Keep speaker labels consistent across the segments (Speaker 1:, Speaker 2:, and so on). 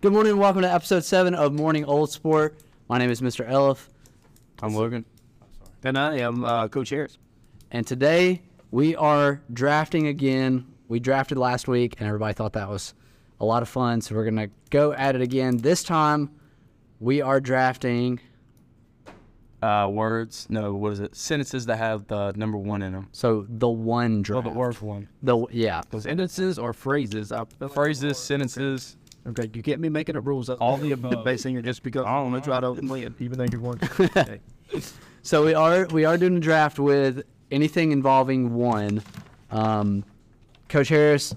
Speaker 1: Good morning and welcome to episode seven of Morning Old Sport. My name is Mr. Elif,
Speaker 2: I'm Logan. And I am uh, Coach Harris.
Speaker 1: and today we are drafting again. We drafted last week, and everybody thought that was a lot of fun, so we're gonna go at it again. This time, we are drafting
Speaker 2: Uh, words, no, what is it? Sentences that have the number one in them.
Speaker 1: so the one draft.
Speaker 2: one.
Speaker 1: The yeah,
Speaker 3: Sentences or phrases? I feel like-
Speaker 2: Phrases, sentences.
Speaker 3: Okay, you get me making up rules.
Speaker 2: All the above.
Speaker 3: Basing it just because I don't know. Try to win, even though you won. Okay.
Speaker 1: So we are we are doing a draft with anything involving one. Um, Coach Harris,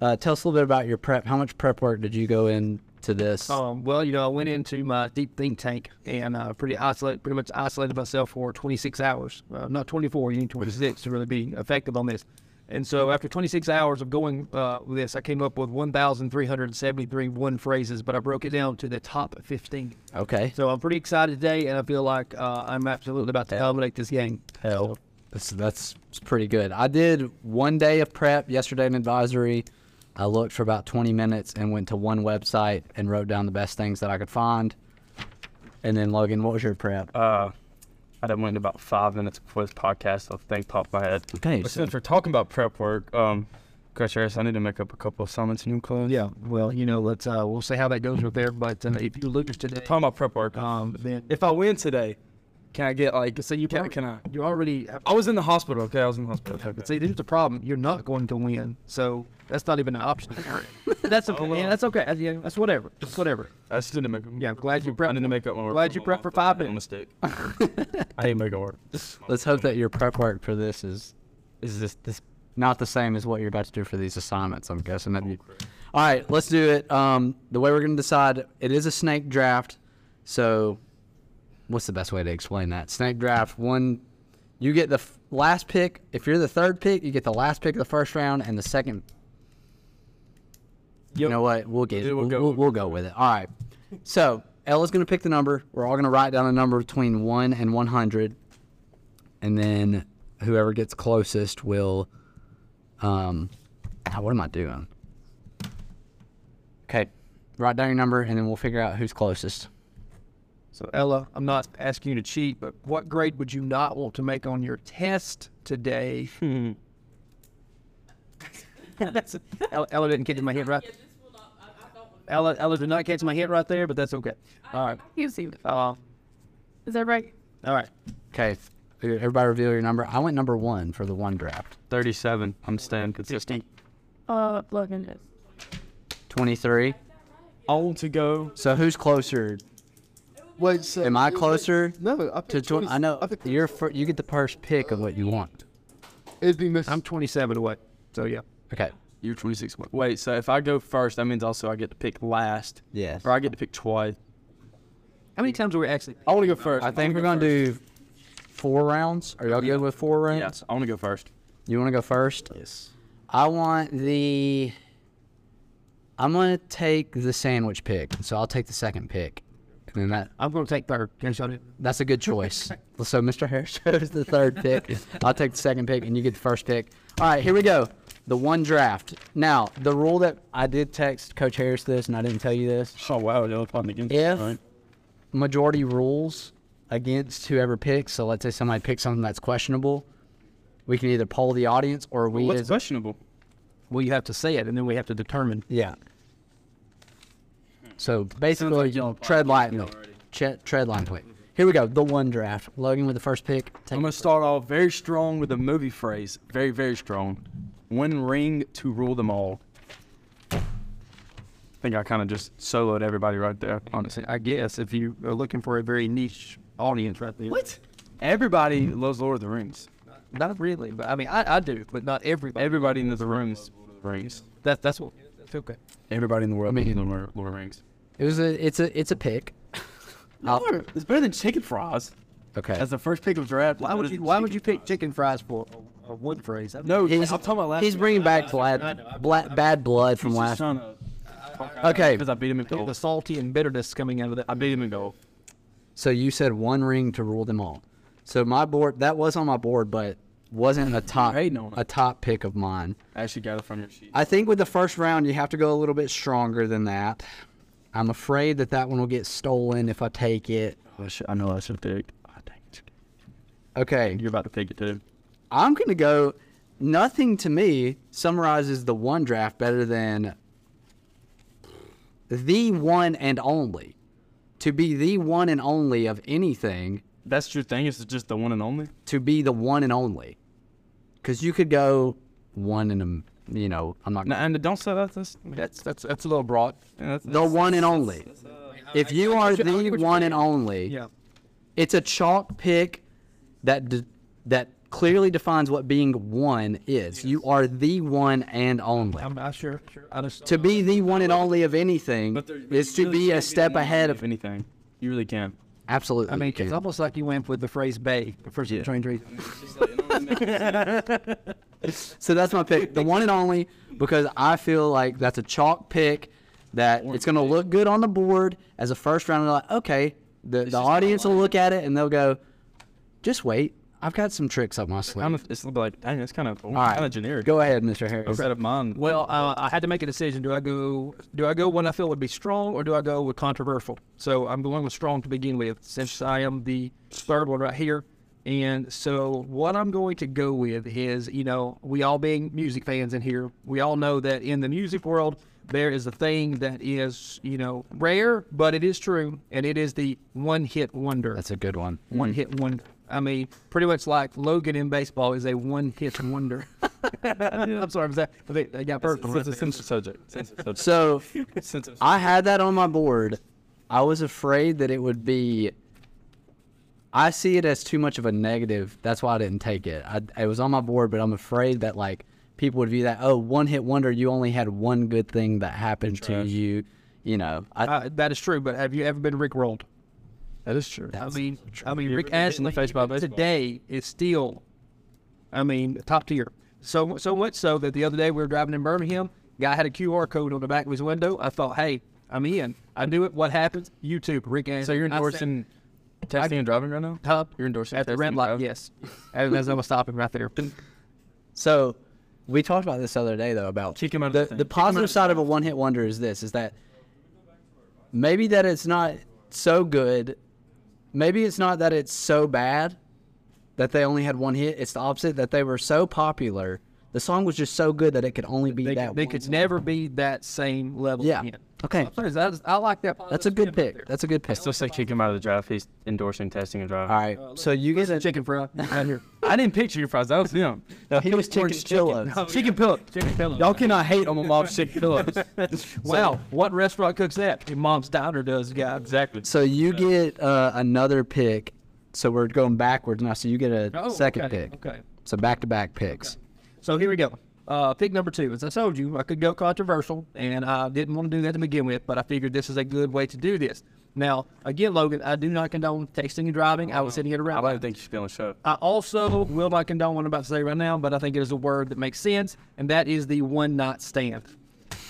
Speaker 1: uh, tell us a little bit about your prep. How much prep work did you go into this?
Speaker 3: Um, well, you know, I went into my deep think tank and uh, pretty isolate, pretty much isolated myself for 26 hours. Uh, not 24. You need 26 to really be effective on this. And so, after 26 hours of going uh, with this, I came up with 1,373 one phrases, but I broke it down to the top 15.
Speaker 1: Okay.
Speaker 3: So I'm pretty excited today, and I feel like uh, I'm absolutely about to dominate this game.
Speaker 1: Hell, that's that's pretty good. I did one day of prep yesterday in advisory. I looked for about 20 minutes and went to one website and wrote down the best things that I could find. And then Logan, what was your prep?
Speaker 2: Uh, I done went about five minutes before this podcast, so the thing popped my head.
Speaker 1: Okay,
Speaker 2: But
Speaker 1: so-
Speaker 2: since we're talking about prep work, um, Coach Harris, I need to make up a couple assignments in new clothes.
Speaker 3: Yeah, well, you know, let's uh, we'll see how that goes with there. But uh, if you lose today,
Speaker 2: Talking about prep work.
Speaker 3: um, then
Speaker 2: if I win today, can I get like?
Speaker 3: so you
Speaker 2: can,
Speaker 3: prob-
Speaker 2: can I?
Speaker 3: you already have,
Speaker 2: I was in the hospital. Okay, I was in the hospital.
Speaker 3: see. There's the problem. You're not going to win, so that's not even an option. that's okay. yeah, that's okay. That's, yeah, that's whatever. That's whatever.
Speaker 2: I just need to make.
Speaker 3: Yeah, I'm glad
Speaker 2: I
Speaker 3: you
Speaker 2: need
Speaker 3: prepped.
Speaker 2: to make up my work.
Speaker 3: Glad you prepped for five
Speaker 2: Mistake.
Speaker 3: minutes.
Speaker 2: I hate making work.
Speaker 1: let's hope that your prep work for this is is this this not the same as what you're about to do for these assignments. I'm guessing. That you, all right, let's do it. Um, the way we're going to decide it is a snake draft. So, what's the best way to explain that? Snake draft. One, you get the f- last pick. If you're the third pick, you get the last pick of the first round and the second. You
Speaker 2: Yep.
Speaker 1: know what? We'll get.
Speaker 2: Dude,
Speaker 1: We'll,
Speaker 2: we'll go
Speaker 1: we'll,
Speaker 2: with
Speaker 1: we'll go with it. All right. So Ella's going to pick the number. We're all going to write down a number between one and one hundred and then whoever gets closest will um ah, what am i doing okay write down your number and then we'll figure out who's closest
Speaker 3: So Ella, I'm not asking you to cheat, but what grade would you not want to make on your test today? that's Ella, Ella didn't catch my hint right.
Speaker 4: Yeah, this will not. I, I don't. want-
Speaker 3: Ella, Ella did not catch my hint right there, but that's okay. All right.
Speaker 4: You see, it.
Speaker 3: Uh,
Speaker 4: is that right?
Speaker 3: all right.
Speaker 1: okay everybody reveal your number i went number one for the one draft
Speaker 2: Thirty-seven. I'm staying consistent.
Speaker 4: Uh, Logan is.
Speaker 1: 23
Speaker 2: I want to go.
Speaker 1: so who's closer
Speaker 5: Wait, so
Speaker 1: am i closer
Speaker 5: no, I
Speaker 1: to
Speaker 5: picked 20,
Speaker 1: 20 i know
Speaker 5: I picked,
Speaker 1: you're fir- you get the first pick of what you want
Speaker 5: it'd be missed.
Speaker 3: I'm 27 away. So yeah.
Speaker 1: okay
Speaker 2: You're 26. Wait, so if I go first, that means also I get to pick last.
Speaker 1: yes
Speaker 2: Or I get to pick twice.
Speaker 3: How many times were we actually?
Speaker 2: I want to go first.
Speaker 1: i think we're gonna do four rounds are y'all good with four rounds
Speaker 2: Yes, I want to go first.
Speaker 1: you want to go first
Speaker 2: Yes.
Speaker 1: I want the. I'm gonna take the sandwich pick, so I'll take the second pick, and then that
Speaker 3: I'm going to take third. Can I shout it?
Speaker 1: that's a good choice. so Mr. Harris chose the third pick. I'll take the second pick, and you get the first pick. All right, here we go. The one draft. Now the rule that I did text Coach Harris this, and I didn't tell you this.
Speaker 2: Oh wow, the other one against.
Speaker 1: If
Speaker 2: right?
Speaker 1: majority rules against whoever picks, so let's say somebody picks something that's questionable, we can either poll the audience or we
Speaker 2: What's
Speaker 1: as-
Speaker 2: questionable?
Speaker 3: Well, you have to say it, and then we have to determine.
Speaker 1: Yeah. So basically, tread lightly. Tre- tread lightly. Here we go. The one draft. Logan with the first pick. Take
Speaker 2: I'm gonna start off very strong with a movie phrase. Very, very strong. One ring to rule them all. I think I kind of just soloed everybody right there. Honestly,
Speaker 3: I guess if you are looking for a very niche audience, right there.
Speaker 2: what? Everybody loves Lord of the Rings.
Speaker 3: Not really, but I mean, I, I do, but not everybody.
Speaker 2: Everybody in the rooms. Rings.
Speaker 3: That, that's what. That's okay.
Speaker 2: Everybody in the world. I
Speaker 1: mean-
Speaker 2: mean, Lord Lord of the Rings.
Speaker 1: it was a. It's a. It's a pick. I'll-
Speaker 2: It's better than chicken fries.
Speaker 1: okay.
Speaker 2: As the first pick of draft.
Speaker 3: Why would you? Why would you pick chicken fries for a, a one phrase? I
Speaker 2: No,
Speaker 1: He's-
Speaker 2: I'm talking about last.
Speaker 1: He's bringing back bad, bla- bad blood from last. Okay.
Speaker 2: Because I beat him in
Speaker 3: the
Speaker 2: goal.
Speaker 3: salty and bitterness coming out of that.
Speaker 2: I beat him in goal.
Speaker 1: So you said one ring to rule them all. So my board that was on my board, but wasn't a top
Speaker 2: hating on it.
Speaker 1: a top pick of mine.
Speaker 2: I actually got it from your sheet.
Speaker 1: I think with the first round, you have to go a little bit stronger than that. I'm afraid that that one will get stolen if I take it.
Speaker 2: I, should, I know I should pick. I think
Speaker 1: Okay.
Speaker 2: you're about to pick it too.
Speaker 1: I'm going to go. Nothing to me summarizes the one draft better than the one and only. To be the one and only of anything,
Speaker 2: That's your thing. Is just the one and only?
Speaker 1: to be the one and only. Because you could go one and a, m- you know, I'm not.
Speaker 2: No, and don't say that. That's that's that's, that's a little broad. Yeah, that's,
Speaker 1: the one and only. if you are
Speaker 3: get what
Speaker 1: the
Speaker 3: you're
Speaker 1: one and only,
Speaker 3: Yeah.
Speaker 1: it's a chalk pick that de- that clearly defines what being one is. You are the one and only.
Speaker 3: I'm not sure. sure. I just,
Speaker 1: to be the one and only of anything is to be a step ahead of
Speaker 2: anything. You really can.
Speaker 1: absolutely.
Speaker 3: I mean,
Speaker 1: dude.
Speaker 3: it's almost like you went with the phrase "bay" for yeah. train reason.
Speaker 1: so that's my pick, the one and only, because I feel like that's a chalk pick that it's going to look good on the board as a first round. Like, okay, the, the audience will look at it and they'll go, just wait. I've got some tricks up my sleeve.
Speaker 2: I'm, it's a little bit like dang, that's kind of kind
Speaker 1: All right.
Speaker 2: of generic.
Speaker 1: Go ahead, Mr. Harris.
Speaker 2: Instead of mine.
Speaker 3: Well, uh, I had to make a decision. Do I go? Do I go one I feel would be strong, or do I go with controversial? So I'm going with strong to begin with, since I am the third one right here. And so what I'm going to go with is, you know, we all being music fans in here, we all know that in the music world there is a thing that is, you know, rare, but it is true, and it is the one-hit wonder.
Speaker 1: That's a good one.
Speaker 3: one hit wonder. I mean, pretty much like Logan in baseball is a one hit wonder. I'm sorry, was that? But they, they got
Speaker 2: It's,
Speaker 3: purple.
Speaker 2: it's a sensitive subject. Sensitive subject.
Speaker 1: So
Speaker 2: sensitive.
Speaker 1: I had that on my board. I was afraid that it would be. I see it as too much of a negative. That's why I didn't take it. I, it was on my board, but I'm afraid that like people would view that oh one hit wonder. You only had one good thing that happened to
Speaker 2: Trash.
Speaker 1: you. You know, I,
Speaker 3: Uh, that is true, but have you ever been rickrolled?
Speaker 2: that is true.
Speaker 3: I mean, I mean,
Speaker 2: You ever
Speaker 3: Rick
Speaker 2: been hit in the
Speaker 3: Ashley
Speaker 2: face by a baseball?
Speaker 3: today is still, I mean, top tier. So so much so that the other day we were driving in Birmingham, guy had a QR code on the back of his window. I thought, hey, I'm in. I knew it. What happens? YouTube, Rick Ashley.
Speaker 2: So you're
Speaker 3: I said-
Speaker 2: endorsing texting and driving right now?
Speaker 3: Huh?
Speaker 2: You're endorsing
Speaker 3: at the
Speaker 2: texting
Speaker 3: red
Speaker 2: and
Speaker 3: light.
Speaker 2: driving?
Speaker 3: Yes, as, as I was stopping right there.
Speaker 1: So we talked about this the other day though about
Speaker 2: Kick him out of
Speaker 1: the,
Speaker 2: the thing.
Speaker 1: the
Speaker 2: Kick him out
Speaker 1: positive
Speaker 2: of the
Speaker 1: side of a one hit wonder is this is that maybe that it's not so good. Maybe it's not that it's so bad that they only had one hit. It's the opposite that they were so popular. The song was just so good that it could only be
Speaker 3: They,
Speaker 1: that.
Speaker 3: they
Speaker 1: one
Speaker 3: could
Speaker 1: hit.
Speaker 3: never be that same level.
Speaker 1: Yeah.
Speaker 3: again.
Speaker 1: Okay.
Speaker 3: I'm sorry, that is- I like that.
Speaker 1: That's a good pick. That's a good
Speaker 2: I
Speaker 1: pick.
Speaker 2: still say kick him out of the draft. He's endorsing testing and driving.
Speaker 1: All right. So you get a
Speaker 3: Uh, chicken fry right here.
Speaker 2: I didn't picture your fries. That was him.
Speaker 1: No, he was chicken chillos.
Speaker 3: Chicken pillow. Chicken pillow.
Speaker 1: Y'all cannot hate on my mom's chicken chillos.
Speaker 3: Wow, what restaurant cooks that? Your mom's diner does, guy.
Speaker 2: Exactly.
Speaker 1: So you get uh, another pick. So we're going backwards now. So you get a
Speaker 3: Oh,
Speaker 1: second
Speaker 3: okay,
Speaker 1: pick.
Speaker 3: Okay.
Speaker 1: So back to back picks.
Speaker 3: So here we go. Uh, pick number two. As I told you, I could go controversial, and I didn't want to do that to begin with, but I figured this is a good way to do this. Now, again, Logan, I do not condone texting and driving. I was sitting here
Speaker 2: I
Speaker 3: around.
Speaker 2: don't think you should be on the show.
Speaker 3: I also will not condone what I'm about to say right now, but I think it is a word that makes sense, and that is the one night stand.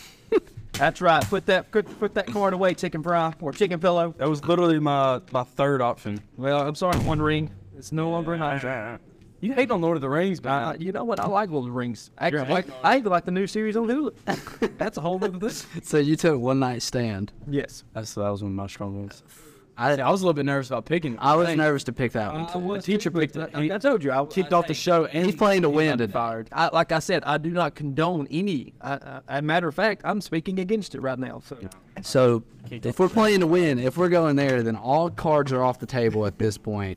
Speaker 3: That's right. Put that put, put that card away, chicken fry or chicken pillow.
Speaker 2: That was literally my my third option.
Speaker 3: Well, I'm sorry, One Ring. It's no longer an option.
Speaker 2: You hate on Lord of the Rings,
Speaker 3: Uh,
Speaker 2: man.
Speaker 3: you know what? I like Lord of the Rings. I actually like, I even like the new series on Hulu. That's a whole other thing.
Speaker 1: So you took one night stand.
Speaker 3: Yes.
Speaker 2: That's that was one of my strong ones.
Speaker 1: I
Speaker 2: I was a little bit nervous about picking.
Speaker 1: I was nervous to pick that one.
Speaker 3: I
Speaker 1: too.
Speaker 3: was
Speaker 2: teacher
Speaker 3: too,
Speaker 2: picked
Speaker 3: but
Speaker 2: it.
Speaker 3: I, I told you, I
Speaker 2: kicked off the show and
Speaker 1: He's playing to win.
Speaker 2: fired.
Speaker 3: I, like I said, I do not condone any. I, I, a matter of fact, I'm speaking against it right now. So.
Speaker 1: So if we're playing to win, if we're going there, then all cards are off the table at this point.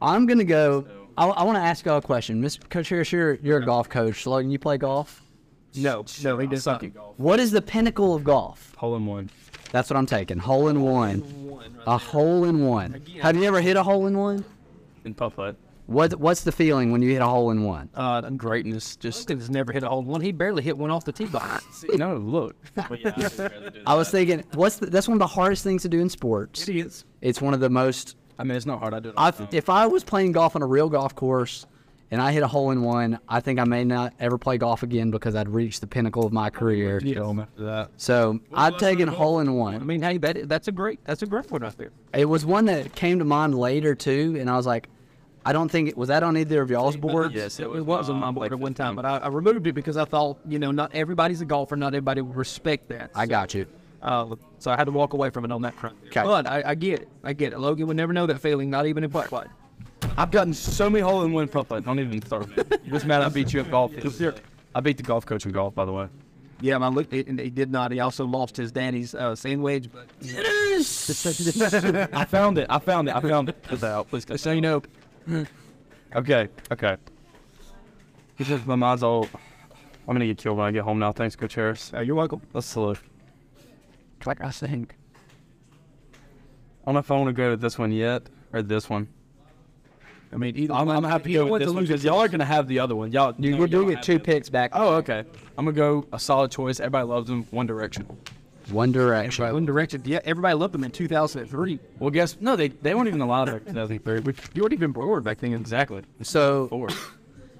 Speaker 1: I'm gonna go. I, want to ask y'all a question, Mr. Coach Harris. You're you're a golf coach. Logan, you play golf.
Speaker 3: No, no, he does not.
Speaker 1: What is the pinnacle of golf?
Speaker 2: Hole in one.
Speaker 1: That's what I'm taking. Hole in one. A hole in one. Have you ever hit a hole in one?
Speaker 2: In puff hut.
Speaker 1: What What's the feeling when you hit a hole in one?
Speaker 3: Uh,
Speaker 2: Greatness. Just
Speaker 3: Houston has never hit a hole in one. He barely hit one off the tee box.
Speaker 2: no look.
Speaker 1: I was thinking, what's the, that's one of the hardest things to do in sports.
Speaker 3: is.
Speaker 1: It's one of the most.
Speaker 2: I mean, it's not hard. I do it. all
Speaker 1: i
Speaker 2: the time.
Speaker 1: if I was playing golf on a real golf course and I hit a hole in one, I think I may not ever play golf again because I'd reached the pinnacle of my career.
Speaker 2: That.
Speaker 1: So I'd taken hole in
Speaker 3: I
Speaker 1: one.
Speaker 3: mean, hey, that that's a great that's a great one right there.
Speaker 1: It was one that came to mind later too, and I was like, I don't think it was that on either of y'all's boards.
Speaker 2: Yes,
Speaker 3: It was on my
Speaker 2: um,
Speaker 3: board
Speaker 2: like
Speaker 3: at one
Speaker 2: 15.
Speaker 3: time, but I, I removed it because I thought, you know, not everybody's a golfer, not everybody would respect that.
Speaker 1: I got you.
Speaker 3: Uh, Uh, so I had to walk away from it on that front.
Speaker 1: Okay.
Speaker 3: But I, I get it. I get it. Logan would never know that feeling, not even in putt putt.
Speaker 2: I've gotten so many hole in one putt putt. Don't even start. Just mad I beat you at golf. I beat the golf coach in golf, by the way.
Speaker 3: Yeah, my look, and he did not. He also lost his daddy's uh, sandwich. But
Speaker 2: I found it. I found it. I found it. Cut that out. Please cut so you know. okay. Okay. It's just my mind's all. I'm gonna get killed when I get home now. Thanks, Coach Harris.
Speaker 3: uh, you're welcome.
Speaker 2: Let's salute.
Speaker 1: Like I think.
Speaker 2: I don't know if I want to go to this one yet or this one.
Speaker 3: I mean, either
Speaker 2: I'm,
Speaker 3: one-
Speaker 2: I'm happy
Speaker 3: either
Speaker 2: with
Speaker 3: one's
Speaker 2: this
Speaker 3: a
Speaker 2: one
Speaker 3: loser.
Speaker 2: because y'all are gonna have the other one. Y'all,
Speaker 1: Dude,
Speaker 2: no,
Speaker 1: we're
Speaker 2: y'all
Speaker 1: doing it
Speaker 2: have
Speaker 1: two picks back.
Speaker 2: Oh, okay. I'm gonna go a solid choice. Everybody loves them. One Direction.
Speaker 1: One direction.
Speaker 3: One Direction. Yeah, everybody loved them in 2003.
Speaker 2: Well, guess no. They they weren't even allowed back in 2003. We,
Speaker 3: You weren't even bored back then.
Speaker 2: exactly.
Speaker 1: So
Speaker 2: Four.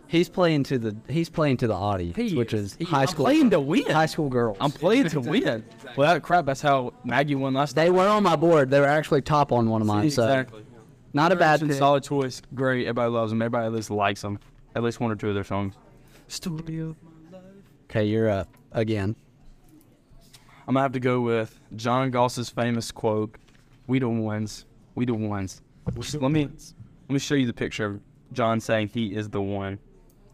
Speaker 1: he's playing to the he's playing to the audience,
Speaker 2: He
Speaker 1: which
Speaker 2: is.
Speaker 1: is
Speaker 2: He-
Speaker 1: high
Speaker 2: I'm
Speaker 1: school
Speaker 2: playing to win.
Speaker 1: high school girls.
Speaker 2: I'm playing to win. Well, that crap. That's how Maggie won last
Speaker 1: they were on my board. They were actually top on one of mine. So not a bad
Speaker 2: Direction,
Speaker 1: pick.
Speaker 2: solid choice. Great. Everybody loves them. Everybody at least likes them. At least one or two of their songs. Studio.
Speaker 1: Okay, you're up again.
Speaker 2: I'm gonna have to go with John Goss's famous quote: "We the ones. We the ones." Let me let me show you the picture of John saying he is the one.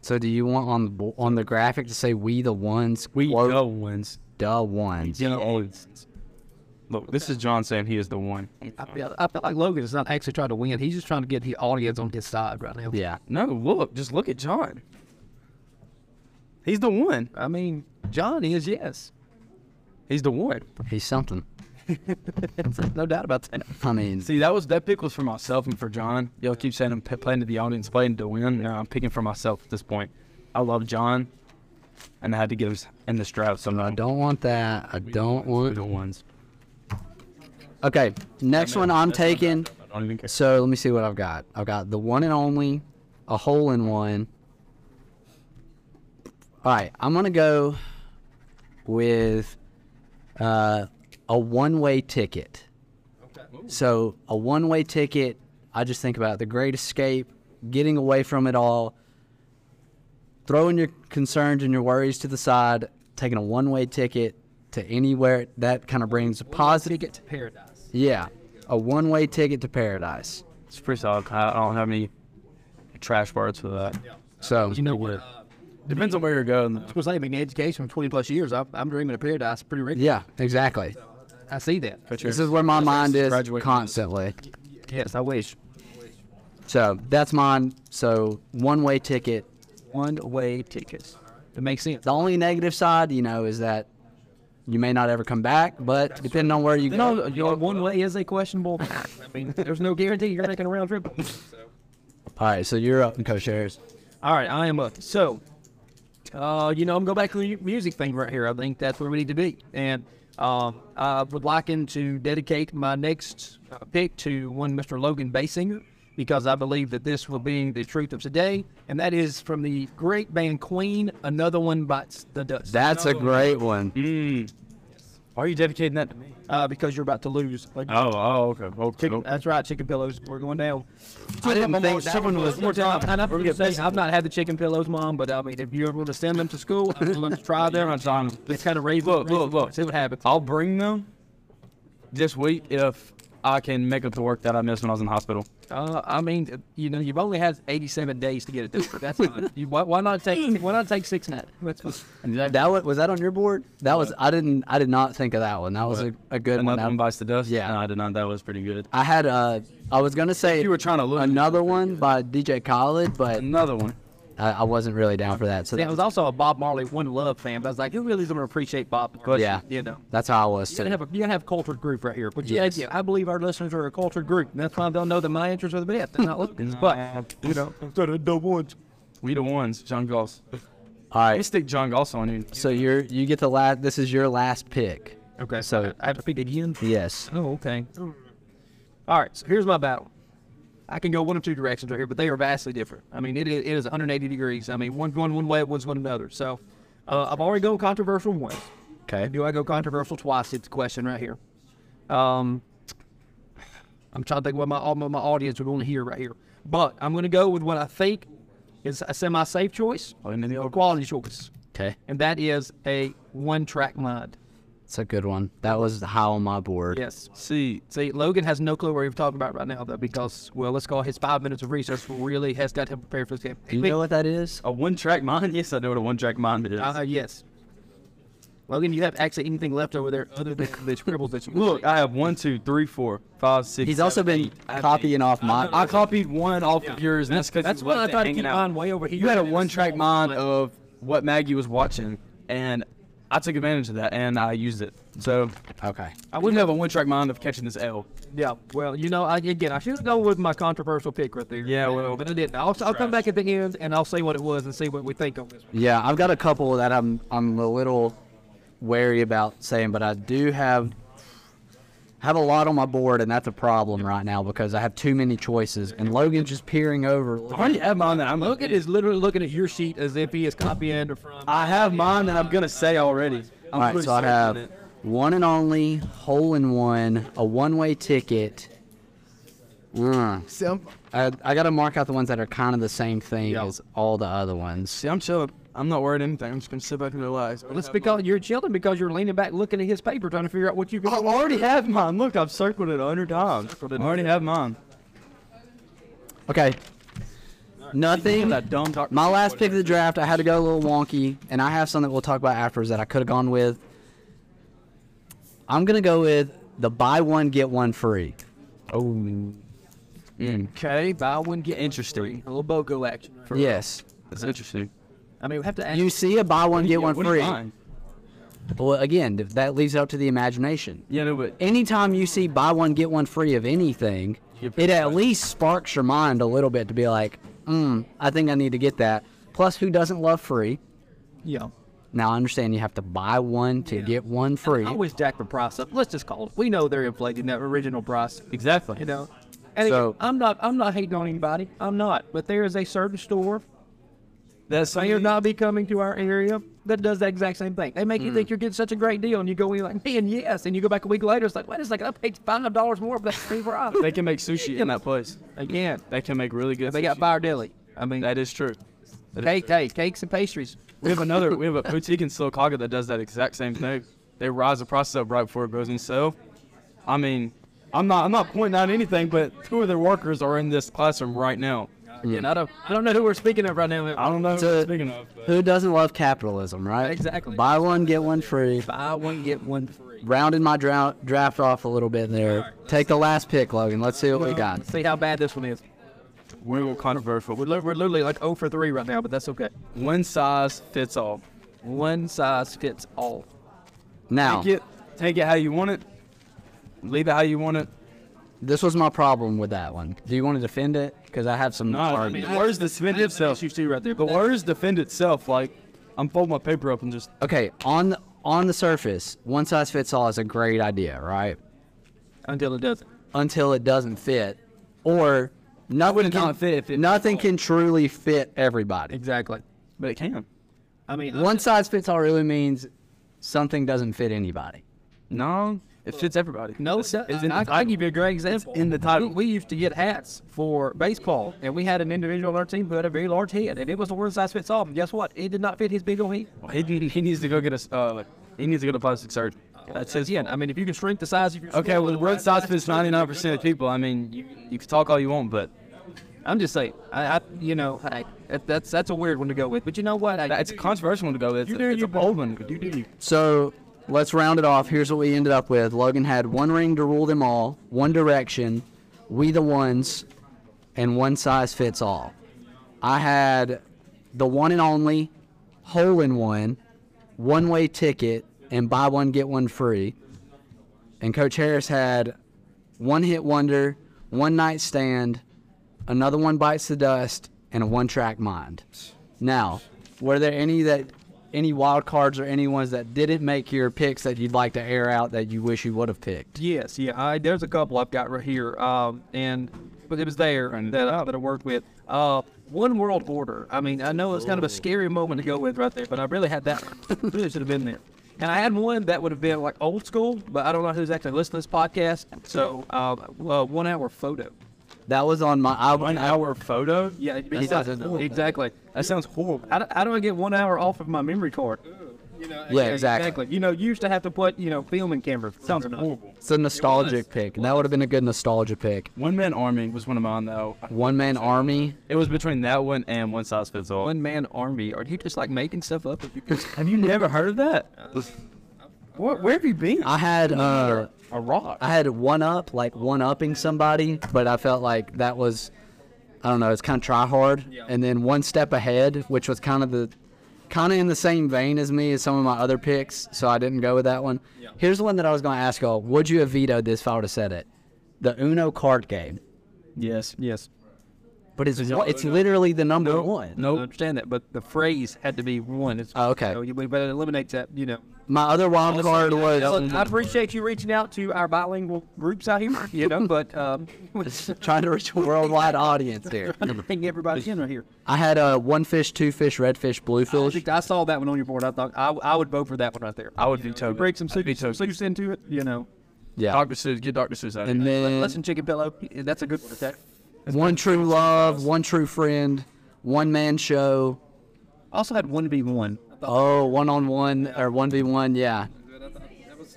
Speaker 1: So do you want on the bo- on the graphic to say we the ones
Speaker 2: We
Speaker 1: quote,
Speaker 2: the ones.
Speaker 1: the ones?
Speaker 2: The ones. Look, this is John saying he is the one.
Speaker 3: I feel, I feel like Logan is not actually trying to win. He's just trying to get the audience on his side right now.
Speaker 1: Yeah.
Speaker 2: No, look, just look at John. He's the one.
Speaker 3: I mean, John is, yes.
Speaker 2: He's the one.
Speaker 1: He's something.
Speaker 3: No doubt about that.
Speaker 1: I mean,
Speaker 2: See, that was that pick was for myself and for John. Y'all keep saying I'm p- playing to the audience, playing to win. Now I'm picking for myself at this point. I love John, and I had to get him s- in the drought. So
Speaker 1: I don't want that. I don't
Speaker 2: the
Speaker 1: want.
Speaker 2: ones.
Speaker 1: Okay, next one I'm taking.
Speaker 2: I don't even care.
Speaker 1: So let me see what I've got. I've got the one and only, a hole in one. All right, I'm gonna go with uh, a one-way ticket. So a one-way ticket. I just think about the Great Escape, getting away from it all, throwing your concerns and your worries to the side, taking a one-way ticket to anywhere. That kind of brings a positive.
Speaker 3: Ticket to paradise.
Speaker 1: Yeah, a one-way ticket to paradise.
Speaker 2: It's pretty solid. I I don't have any trash words for that.
Speaker 1: So
Speaker 3: You know what?
Speaker 2: Depends on where you're going.
Speaker 3: Of course, I've been in education for 20 plus years. I, I'm dreaming of paradise pretty regularly.
Speaker 1: yeah, exactly.
Speaker 3: I see that.
Speaker 1: This is where my mind is
Speaker 2: Graduate.
Speaker 1: constantly.
Speaker 3: Yes, I wish.
Speaker 1: So that's mine. So one-way ticket.
Speaker 3: One-way tickets. It makes sense.
Speaker 1: The only negative side, you know, is that you may not ever come back. But depending on where you go,
Speaker 3: No, your one way is a questionable. I mean, there's no guarantee you're making a round trip.
Speaker 1: all right. So you're up, Coach Harris.
Speaker 3: All right, I am up. So, uh, you know, I'm going back to the mu- music thing right here. I think that's where we need to be. And um, I would like him to dedicate my next uh, pick to one Mr. Logan Basinger because I believe that this will be the truth of today. And that is from the great band Queen, Another One Bites the Dust.
Speaker 1: That's a great one.
Speaker 2: Mm. Why are you dedicating that to me?
Speaker 3: uh, because you're about to lose. Like,
Speaker 2: Oh, oh, okay. okay.
Speaker 3: chicken, that's right, chicken pillows. We're going down.
Speaker 1: I didn't think someone was
Speaker 3: More time. And I'm gonna say, I've not had the chicken pillows, mom, but I mean, if you ever want to send them to school, I'm willing to try
Speaker 2: They're
Speaker 3: them.
Speaker 2: not John.
Speaker 3: It's kind of raise
Speaker 2: Look,
Speaker 3: raise-
Speaker 2: look, look.
Speaker 3: See what happens.
Speaker 2: I'll bring them this week if I can make up the work that I missed when I was in the hospital.
Speaker 3: Uh, I mean, you know, you've only had 87 days to get it done. but That's fine. You, why, why not take? Why not take six net? That's fine.
Speaker 1: That was, was that on your board? That was I didn't I did not think of that one. That was a, a good one.
Speaker 2: Another
Speaker 1: That-
Speaker 2: one bites the dust.
Speaker 1: Yeah.
Speaker 2: no, I did not. That was pretty good.
Speaker 1: I had uh I was gonna say
Speaker 2: you were trying to look-
Speaker 1: another one by DJ Khaled, but
Speaker 2: Another one.
Speaker 1: I, I wasn't really down for that. So
Speaker 3: I was also a Bob Marley One Love fan, but I was like, who really is going to appreciate Bob? Marley?
Speaker 1: Yeah.
Speaker 3: you know.
Speaker 1: that's how I was.
Speaker 3: You gotta
Speaker 1: too.
Speaker 3: have a you gotta have a cultured group right here. But yeah,
Speaker 1: Yes.
Speaker 3: yeah, I believe our listeners are a cultured group. and That's why they'll know that my interests are the best. They're not looking, but you know,
Speaker 2: We the ones. John Goss.
Speaker 1: All
Speaker 2: Let me
Speaker 1: right.
Speaker 2: stick John Goss on you.
Speaker 1: So you're you get the last. This is your last pick.
Speaker 3: Okay,
Speaker 1: So-
Speaker 3: so I have to pick again.
Speaker 1: Yes.
Speaker 3: Oh, okay. All right, so here's my battle. I can go one of two directions right here, but they are vastly different. I mean, it is, it is 180 degrees. I mean, one's going one way, one's going another. So uh, I've already gone controversial once.
Speaker 1: Okay.
Speaker 3: Do I go controversial twice? It's the question right here. Um, I'm trying to think what my all my my audience would want to hear right here, but I'm going to go with what I think is a semi-safe choice,
Speaker 2: Oh, and then the
Speaker 3: or
Speaker 2: other-
Speaker 3: quality choice,
Speaker 1: Okay.
Speaker 3: and that is a one-track mind.
Speaker 1: It's a good one. That was how my board.
Speaker 3: Yes.
Speaker 2: See,
Speaker 3: See, Logan has no clue what we're even talking about right now, though, because, well, let's call his five minutes of research really has got him prepared for this game.
Speaker 1: Do you know what that is?
Speaker 2: a one track mind? Yes, I know what a one track mind is.
Speaker 3: Uh, yes. Logan, you have actually anything left over there other than the scribbles that you
Speaker 2: Look, I have one, two, three, four, five, six.
Speaker 1: He's also
Speaker 2: seven,
Speaker 1: been
Speaker 2: eight. I have
Speaker 1: copying
Speaker 2: eight.
Speaker 1: off mine.
Speaker 2: I copied one off of yours, and that's because
Speaker 3: That's what I tried to keep mine way over here.
Speaker 2: You had a
Speaker 3: and it's
Speaker 2: one track
Speaker 3: small.
Speaker 2: mind of what Maggie was watching, and I took advantage of that and I used it. So
Speaker 1: Okay.
Speaker 2: I wouldn't have a one track mind of catching this L.
Speaker 3: Yeah, well, you know, I, again, I should have gone with my controversial pick right there.
Speaker 2: Yeah, well,
Speaker 3: but I didn't. I'll, I'll come back at the end and I'll say what it was and see what we think on this
Speaker 2: Mm.
Speaker 3: one.
Speaker 1: Yeah, I've got a couple that I'm I'm a little wary about saying, but I do have have a lot on my board, and that's a problem right now because I have too many choices. And Logan's just peering over.
Speaker 2: I already have mine that I'm
Speaker 3: Logan is literally looking at your sheet as if he is copying or from.
Speaker 2: I have mine that I'm gonna say already.
Speaker 1: All right, so I have one and only hole in one, a one way ticket. Mm.
Speaker 5: See, I'm,
Speaker 1: I, I got to mark out the ones that are kind of the same thing
Speaker 2: Yeah.
Speaker 1: as all the other ones.
Speaker 2: See, I'm chilling. I'm not worried anything. I'm just gonna sit back and relax.
Speaker 3: Let's because you're chilling because you're leaning back looking at his paper trying to figure out what you
Speaker 2: I
Speaker 3: can.
Speaker 2: already have mine. Look, I've circled it a hundred times. I already have mine.
Speaker 1: Okay. Nothing.
Speaker 2: That dumb talk.
Speaker 1: My last pick of the draft, I had to go a little wonky, and I have some that we'll talk about afterwards that I could have gone with. I'm gonna go with the buy one get one free. Oh,
Speaker 3: Okay, buy one get one
Speaker 2: Interesting.
Speaker 3: free. A little BOGO action. For,
Speaker 1: yes.
Speaker 2: That's interesting.
Speaker 3: I mean, we have to ask.
Speaker 1: You see a buy one get one
Speaker 2: What do you
Speaker 1: free.
Speaker 2: find?
Speaker 1: Well, again, th- that leaves it up to the imagination.
Speaker 2: Yeah, no, but
Speaker 1: Anytime you see buy one get one free of anything,
Speaker 2: You're
Speaker 1: it
Speaker 2: pretty
Speaker 1: at
Speaker 2: much-
Speaker 1: least sparks your mind a little bit to be like, hmm, I think I need to get that. Plus, who doesn't love free?
Speaker 3: yeah.
Speaker 1: Now I understand you have to buy one to
Speaker 3: Yeah.
Speaker 1: get one free.
Speaker 3: I always jack the price up. Let's just call it. We know they're inflating that original price.
Speaker 2: exactly.
Speaker 3: You know, and
Speaker 1: So-
Speaker 3: again, I'm not. I'm not hating on anybody. I'm not. But there is a certain store
Speaker 2: That's
Speaker 3: may or not be coming to our area that does the exact same thing. They make you think you're getting such a great deal, and you go in like, man, yes, and you go back a week later, it's like, wait a second, I paid five dollars more for that free fries.
Speaker 2: They can make sushi in that place.
Speaker 3: Again,
Speaker 2: They can make really good.
Speaker 3: they got
Speaker 2: sushi.
Speaker 3: fire deli. I mean,
Speaker 2: That is true.
Speaker 3: cake, hey, cakes and pastries.
Speaker 2: We have another. We have a boutique in Silicaga that does that exact same thing. They rise the prices up right before it goes in sale. I mean, I'm not. I'm not pointing out anything, but two of their workers are in this classroom right now.
Speaker 3: And I don't, I don't know who we're speaking of right now.
Speaker 2: I don't know.
Speaker 1: So-
Speaker 2: who speaking of, but
Speaker 1: Who doesn't love capitalism, right?
Speaker 3: Exactly.
Speaker 1: Buy one, get one free.
Speaker 3: Buy one get one free.
Speaker 1: Rounded my dra- draft off a little bit there. Take the last pick, Logan. Let's see what we got.
Speaker 3: Let's see how bad this one is.
Speaker 2: we're a little controversial.
Speaker 3: We're,
Speaker 2: We're
Speaker 3: li- we're literally like 0 for 3 right now, but that's okay.
Speaker 2: One size fits all.
Speaker 3: One size fits all.
Speaker 1: Now,
Speaker 2: Take it. Take it how you want it. Leave it how you want it.
Speaker 1: this was my problem with that one. Do you want to defend it? Because I have some arguments.
Speaker 2: the words defend itself.
Speaker 3: You see right there.
Speaker 2: The words defend itself. Like I'm folding my paper up and just.
Speaker 1: Okay, on the, on the surface, one size fits all is a great idea, right?
Speaker 3: Until it doesn't.
Speaker 1: Until it doesn't fit, or nothing
Speaker 2: would it
Speaker 1: can,
Speaker 2: not fit if it-
Speaker 1: nothing can truly fit everybody.
Speaker 3: Exactly.
Speaker 2: But it can.
Speaker 3: I mean,
Speaker 1: One size fits all really means something doesn't fit anybody.
Speaker 2: No, it fits everybody.
Speaker 3: No,
Speaker 2: It's-
Speaker 3: sir.
Speaker 2: it's in the
Speaker 3: I, I
Speaker 2: title.
Speaker 3: give you a great example.
Speaker 2: in the title.
Speaker 3: we, we used to get hats for baseball, and we had an individual on our team who had a very large head, and it was a one size fits all. And guess what? It did not fit his big old head.
Speaker 2: Well, He, he needs to go get a. s- Uh, he needs to go to plastic surgery. That's his.
Speaker 3: Again, I mean, if you can shrink the size of your
Speaker 2: Okay, well, the word size fits 99% of people. I mean, you, you can talk all you want, but
Speaker 3: I'm just saying, I, I you know, I, that- that's that's a weird one to go with. But you know what? I,
Speaker 2: that- it's a controversial one to go with. It's,
Speaker 3: do
Speaker 2: a, it's
Speaker 3: you,
Speaker 2: a bold one. You do you.
Speaker 1: So let's round it off. Here's what we ended up with. Logan had one ring to rule them all, one direction, we the ones, and one size fits all. I had the one and only, hole in one, one way ticket, and buy one, get one free. And Coach Harris had one hit wonder, one night stand, another one bites the dust, and a one track mind. Now, were there any that any wild cards or any ones that didn't make your picks that you'd like to air out that you wish you would have picked?
Speaker 3: Yes, yeah. I, there's a couple I've got right here, um, and but it was there that I, that I worked with. Uh, one world order. I mean, I know it's kind of a scary moment to go with right there, but I really had that. one. really should have been there. And I had one that would have been like old school, but I don't know who's actually listening to this podcast. So, uh, well, one hour photo.
Speaker 1: That was on my I,
Speaker 2: One hour photo?
Speaker 3: Yeah, it-
Speaker 1: That sounds horrible.
Speaker 3: exactly.
Speaker 2: That sounds horrible.
Speaker 3: How do, how do I get one hour off of my memory card? You know,
Speaker 1: Yeah, exactly.
Speaker 3: You know, you used to have to put you know film in camera. Sounds horrible.
Speaker 1: It's a nostalgic pick. and That would have been a good nostalgia pick.
Speaker 2: One Man Army was one of mine though.
Speaker 1: One man army.
Speaker 2: It was between that one and One Size Fits All.
Speaker 3: One man army. Are you just like making stuff up? If you
Speaker 2: Have you never heard of that? Where, where have you been?
Speaker 1: I had uh,
Speaker 2: A rock.
Speaker 1: I had one up, like one upping somebody, but I felt like that was, I don't know, it's kind of try hard. And then one step ahead, which was kind of the, kind of in the same vein as me as some of my other picks, so I didn't go with that one. Here's the one that I was going to ask y'all: Would you have vetoed this if I would have said it? The Uno card game,
Speaker 2: Yes.
Speaker 3: yes.
Speaker 1: but it's what- it's literally the number one.
Speaker 3: I
Speaker 2: Nope.
Speaker 3: understand that, but the phrase had to be one. It's,
Speaker 1: Oh, okay.
Speaker 3: So you, but it eliminates that, you know.
Speaker 1: My other wild card was
Speaker 3: Look, I appreciate you reaching out to our bilingual groups out here, you know, but um,
Speaker 1: trying to reach a worldwide audience here.
Speaker 3: bring everybody in right here.
Speaker 1: I had a one fish, two fish, red fish, blue
Speaker 3: I,
Speaker 1: fish.
Speaker 3: think I saw that one on your board. I thought I, I would vote for that one right there.
Speaker 2: I would
Speaker 3: You know,
Speaker 2: veto it.
Speaker 3: Break some
Speaker 2: I'd veto it.
Speaker 3: suits into it, you know.
Speaker 1: Yeah,
Speaker 2: Dr. Seuss. Get Dr. Seuss out of
Speaker 1: and
Speaker 2: here.
Speaker 1: then
Speaker 3: Listen, chicken pillow. That's a good one. Okay.
Speaker 1: One true love, one true friend, one man show.
Speaker 3: Also had one v one.
Speaker 1: Oh, one on one or one v one. Yeah.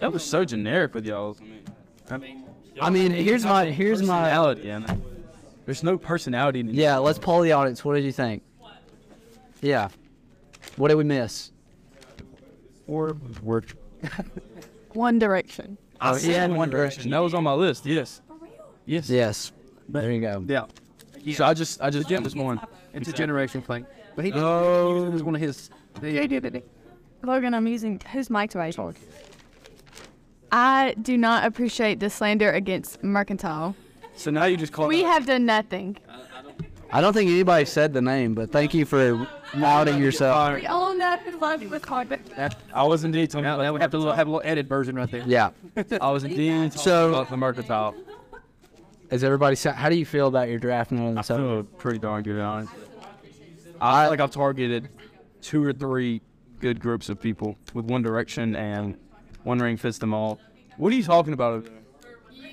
Speaker 2: That was so generic with y'all.
Speaker 1: I mean, here's my here's my
Speaker 2: Personality, in it. There's no personality in it.
Speaker 1: yeah. Let's poll the audience. What did you think? Yeah. What did we miss?
Speaker 3: Or
Speaker 4: One Direction.
Speaker 1: Oh, he had One
Speaker 2: And that was on my list. Yes. Yes.
Speaker 1: Yes. There you go.
Speaker 3: yeah,
Speaker 2: So I just I just get this one.
Speaker 3: it's a generation thing. But he
Speaker 2: Oh.
Speaker 3: it was one of his. They did it.
Speaker 4: Logan, I'm using whose mic do I use? I do not appreciate the slander against Mercantile.
Speaker 2: So now you just call.
Speaker 4: We have done nothing.
Speaker 1: I don't think anybody said the name, but thank you for outing yourself.
Speaker 4: We all know who loved with conduct.
Speaker 2: I was indeed talking.
Speaker 3: Now, now we have to have a little edit version right there.
Speaker 1: Yeah.
Speaker 2: I was indeed talking
Speaker 1: So-
Speaker 2: about the mercantile.
Speaker 1: Is everybody? sa- How do you feel about your draft now? and
Speaker 2: I
Speaker 1: stuff?
Speaker 2: feel pretty darn good on it. I feel like I've targeted two or three good groups of people with One Direction and One Ring fits them all. What are you talking about? over there?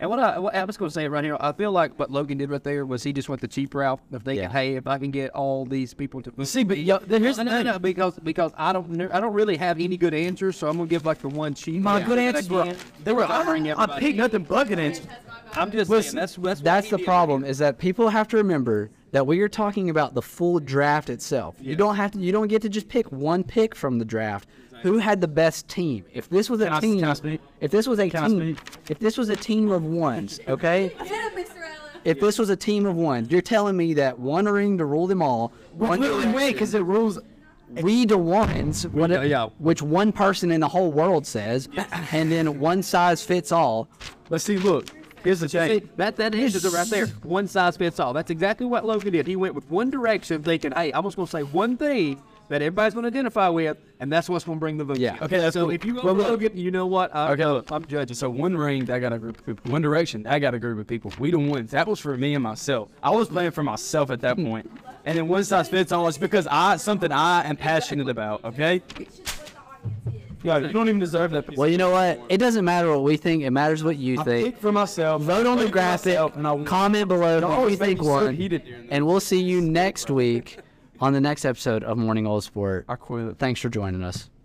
Speaker 3: And what I, what I was going to say right here, I feel like what Logan did right there was he just went the cheap route of thinking,
Speaker 1: Yeah.
Speaker 3: hey, if I can get all these people to
Speaker 2: See, but yo, here's
Speaker 3: No, no, no, because because I don't know- I don't really have any good answers, so I'm gonna give like the one cheap.
Speaker 2: My
Speaker 3: one
Speaker 2: good
Speaker 3: that I
Speaker 2: answers were
Speaker 3: can.
Speaker 2: they were.
Speaker 3: I-
Speaker 2: I,
Speaker 3: I picked
Speaker 2: picked nothing but good answers.
Speaker 3: I'm just
Speaker 2: Listen,
Speaker 3: saying that's that's
Speaker 1: That's the problem is that people have to remember that we are talking about the full draft itself. You don't have to. You don't get to just pick one pick from the draft. Who had the best team? If this was a
Speaker 2: Can I-
Speaker 1: team,
Speaker 2: can I speak?
Speaker 1: if this was a
Speaker 2: Can I
Speaker 1: team, if this was a team of ones, okay. If this was a team of ones, you're telling me that one ring to rule them all. One
Speaker 2: literally way because it rules.
Speaker 1: we the ones, what
Speaker 3: the- yeah.
Speaker 1: which one person in the whole world says, and then one size fits all.
Speaker 2: Let's see. Look, here's the
Speaker 3: See,
Speaker 2: thing.
Speaker 3: that that answers it right there. One size fits all. That's exactly what Logan did. He went with one direction, thinking, hey, I'm just gonna say one thing that everybody's gonna identify with, and that's what's gonna bring the vote.
Speaker 1: Yeah.
Speaker 3: in.
Speaker 2: Okay, that's
Speaker 3: so
Speaker 2: cool.
Speaker 3: if you go
Speaker 2: Well,
Speaker 3: with
Speaker 2: look-
Speaker 3: Logan, you know what? I,
Speaker 2: Okay, look.
Speaker 3: I'm judging.
Speaker 2: So One Ring, that got a group of people. One Direction, that got a group of people. We the ones. That was for me and myself. I was playing for myself at that point. And then one size fits all is because I something I am passionate about. Okay. Yeah, you don't even deserve that. Piece.
Speaker 1: Well, you know what? It doesn't matter what we think. It matters what you
Speaker 2: I
Speaker 1: think.
Speaker 2: pick for myself.
Speaker 1: Vote on
Speaker 2: pick
Speaker 1: the
Speaker 2: for
Speaker 1: graphic.
Speaker 2: myself, and I won.
Speaker 1: Comment below
Speaker 2: Y'all
Speaker 1: what
Speaker 2: Oh, always
Speaker 1: you
Speaker 2: make
Speaker 1: think
Speaker 2: me so
Speaker 1: won.
Speaker 2: heated during this.
Speaker 1: and we'll see you next week on the next episode of Morning Old Sport.
Speaker 2: I quit.
Speaker 1: Thanks for joining us.